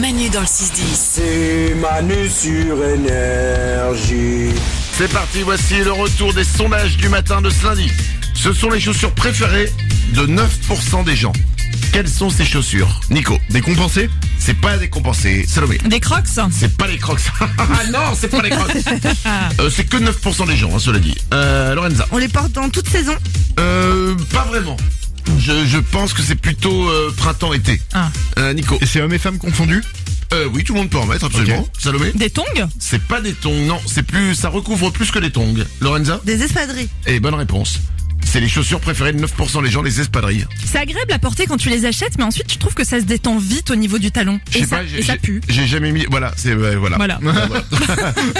Manu dans le 6-10. C'est Manu sur énergie. C'est parti, voici le retour des sondages du matin de ce lundi. Ce sont les chaussures préférées de 9% des gens. Quelles sont ces chaussures Nico, décompensées C'est pas décompensé, Salomé. Des crocs C'est pas les crocs. Ah non, c'est pas les crocs. Euh, c'est que 9% des gens, hein, cela dit. Euh, Lorenza. On les porte dans toute saison. Euh, pas vraiment. Je, je pense que c'est plutôt euh, printemps-été. Ah. Euh, Nico. Et c'est hommes et femmes confondus Euh, oui, tout le monde peut en mettre, absolument. Salomé. Des tongs C'est pas des tongs, non. C'est plus, ça recouvre plus que des tongs. Lorenza. Des espadrilles. Et bonne réponse. C'est les chaussures préférées de 9% des gens, les espadrilles. C'est agréable à porter quand tu les achètes, mais ensuite je trouve que ça se détend vite au niveau du talon. Je Et sais ça, pas, j'ai- et ça j'ai- pue. J'ai jamais mis. Voilà, c'est euh, voilà. Voilà. Voilà.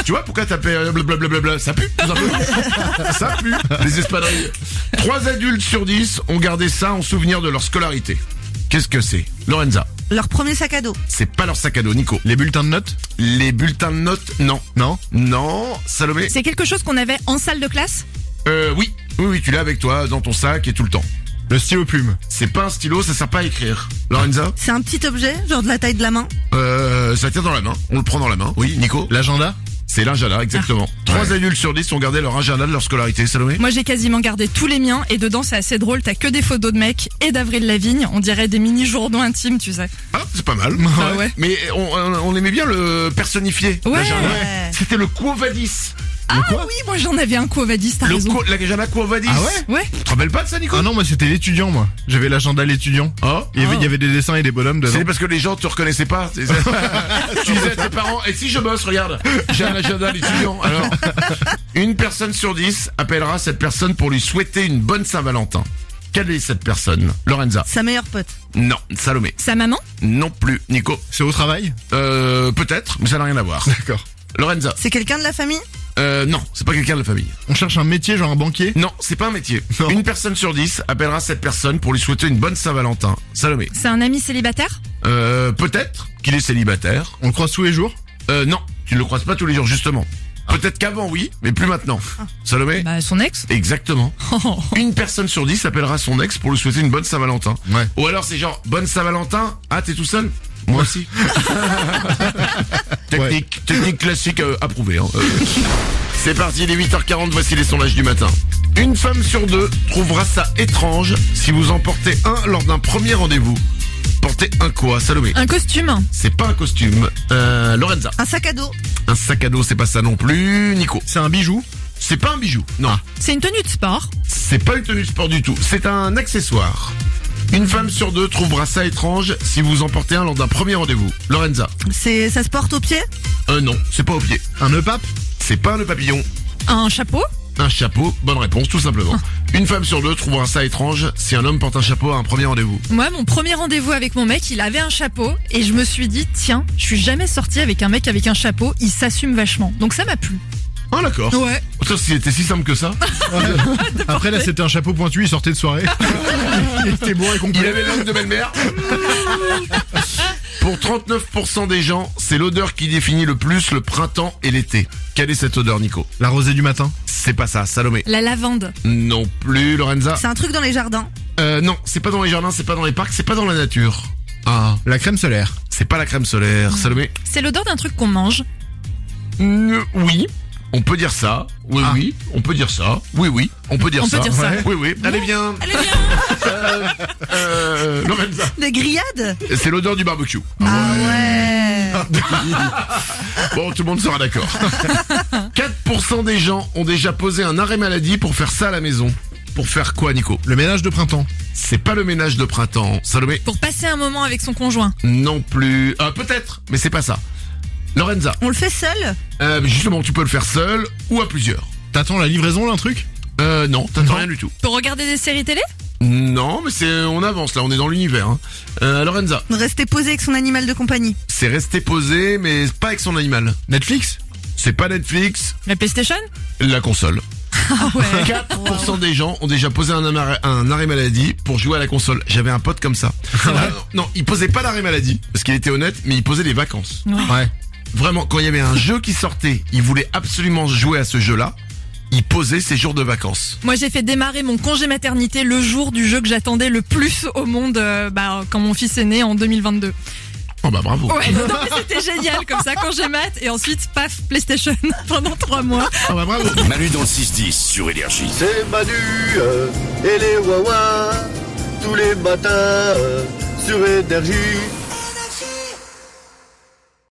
tu vois pourquoi t'as fait euh, blablabla Ça pue. tout simplement. ça pue. Les espadrilles. Trois adultes sur 10 ont gardé ça en souvenir de leur scolarité. Qu'est-ce que c'est, Lorenza Leur premier sac à dos. C'est pas leur sac à dos, Nico. Les bulletins de notes Les bulletins de notes, non. Non Non, Salomé. C'est quelque chose qu'on avait en salle de classe Euh, oui, oui, oui, tu l'as avec toi, dans ton sac et tout le temps. Le stylo plume C'est pas un stylo, ça sert pas à écrire. Lorenza, C'est un petit objet, genre de la taille de la main. euh, ça tient dans la main. On le prend dans la main. Oui, Nico. L'agenda C'est l'agenda, Ah. exactement. Trois adultes sur 10 ont gardé leur agenda de leur scolarité, Salomé. Moi j'ai quasiment gardé tous les miens et dedans c'est assez drôle, t'as que des photos de mecs et d'Avril Lavigne, on dirait des mini journaux intimes, tu sais. Ah, c'est pas mal. Ah ouais. Mais on, on- on aimait bien le personnifier. Ouais. l'agenda. C'était le Quo Vadis. Ah oui, moi j'en avais un Quo Vadis, t'as Le raison. Quo- l'agenda Quo Vadis. Ah ouais Ouais. Tu te rappelles pas de ça, Nico Ah non, moi c'était l'étudiant, moi. J'avais l'agenda l'étudiant. Oh. Il y, avait, il y avait des dessins et des bonhommes dedans. C'est parce que les gens te reconnaissaient pas. C'est- tu disais à tes parents, et si je bosse, regarde, j'ai un agenda d'étudiant. Alors, une personne sur dix appellera cette personne pour lui souhaiter une bonne Saint-Valentin. Quelle est cette personne Lorenza Sa meilleure pote. Non. Salomé Sa maman Non plus. Nico C'est au travail Euh, peut-être, mais ça n'a rien à voir. D'accord. Lorenza C'est quelqu'un de la famille Euh, non, c'est pas quelqu'un de la famille. On cherche un métier, genre un banquier Non, c'est pas un métier. Non. Une personne sur dix appellera cette personne pour lui souhaiter une bonne Saint-Valentin. Salomé C'est un ami célibataire Euh, peut-être qu'il est célibataire. On le croise tous les jours Ah. Euh, non, tu ne le croises pas tous les jours, justement. Peut-être qu'avant, oui, mais plus maintenant. Salomé Bah son ex Exactement. Une personne sur dix appellera son ex pour lui souhaiter une bonne Saint-Valentin. Ouais. Ou alors c'est genre, bonne Saint-Valentin, ah, t'es tout seul Moi aussi. technique, technique classique euh, approuvée. hein. Euh, C'est parti, il est 8h40, voici les sondages du matin. Une femme sur deux trouvera ça étrange si vous en portez un lors d'un premier rendez-vous. Portez un quoi, Salomé Un costume C'est pas un costume. Euh, Lorenza. Un sac à dos Un sac à dos, c'est pas ça non plus. Nico, C'est un bijou Ah. c'est pas un bijou. Non, C'est une tenue de sport c'est pas une tenue de sport du tout. C'est un accessoire. Une femme sur deux trouvera ça étrange si vous en portez un lors d'un premier rendez-vous. Lorenza. C'est ça se porte au pied Euh non, c'est pas au pied. Un nœud pape C'est pas le papillon. Un chapeau Un chapeau, bonne réponse tout simplement. Ah. Une femme sur deux trouvera ça étrange si un homme porte un chapeau à un premier rendez-vous. Moi, mon premier rendez-vous avec mon mec, il avait un chapeau et je me suis dit, tiens, je suis jamais sortie avec un mec avec un chapeau, il s'assume vachement. Donc ça m'a plu. Ah d'accord. Ouais. Ça c'était si simple que ça. Après là c'était un chapeau pointu, il sortait de soirée. il était bourré et Il complet. avait l'âme de belle-mère. Pour 39% des gens, c'est l'odeur qui définit le plus le printemps et l'été. Quelle est cette odeur, Nico La rosée du matin C'est pas ça, Salomé. La lavande. Non plus, Lorenza. un truc dans les jardins. Euh, non, c'est pas dans les jardins, c'est pas dans les parcs, c'est pas dans la nature. Ah, La crème solaire c'est pas la crème solaire, Mm. Salomé. C'est l'odeur d'un truc qu'on mange. Mm, oui. On peut dire ça. Oui, oui. On peut dire ça. Oui, oui. On peut dire Ah. On peut ça. dire ça. Oui, oui. Allez bien. Allez bien Euh, Lorenza. Des grillades C'est l'odeur du barbecue. Ah ouais Bon, tout le monde sera d'accord. 4% des gens ont déjà posé un arrêt maladie pour faire ça à la maison. Pour faire quoi, Nico Le ménage de printemps C'est pas le ménage de printemps. Salomé Pour passer un moment avec son conjoint. Non plus. Ah, peut-être, mais c'est pas ça. Lorenza On le fait seul euh, Justement, tu peux le faire seul ou à plusieurs. T'attends la livraison là un truc Euh, non, t'attends rien du tout. Pour regarder des séries télé Non, mais c'est, on avance là, on est dans l'univers. hein. Euh, Lorenza Rester posé avec son animal de compagnie. C'est resté posé, mais pas avec son animal. Netflix C'est pas Netflix, La PlayStation la console. Ah ouais 4% des gens ont déjà posé un arrêt, un arrêt maladie pour jouer à la console. J'avais un pote comme ça. Euh, non, il posait pas l'arrêt maladie, parce qu'il était honnête, mais il posait les vacances. Ouais. Vraiment, quand il y avait un jeu qui sortait, il voulait absolument jouer à ce jeu-là, il posait ses jours de vacances. Moi, j'ai fait démarrer mon congé maternité le jour du jeu que j'attendais le plus au monde euh, bah, quand mon fils est né en 2022. Oh bah bravo. Ouais, non, mais c'était génial comme ça quand j'ai mat et ensuite paf PlayStation pendant trois mois. Ah bah bravo. Manu dans le 6-10 sur Énergie. C'est Manu euh, et les Wawa tous les matins euh, sur Énergie.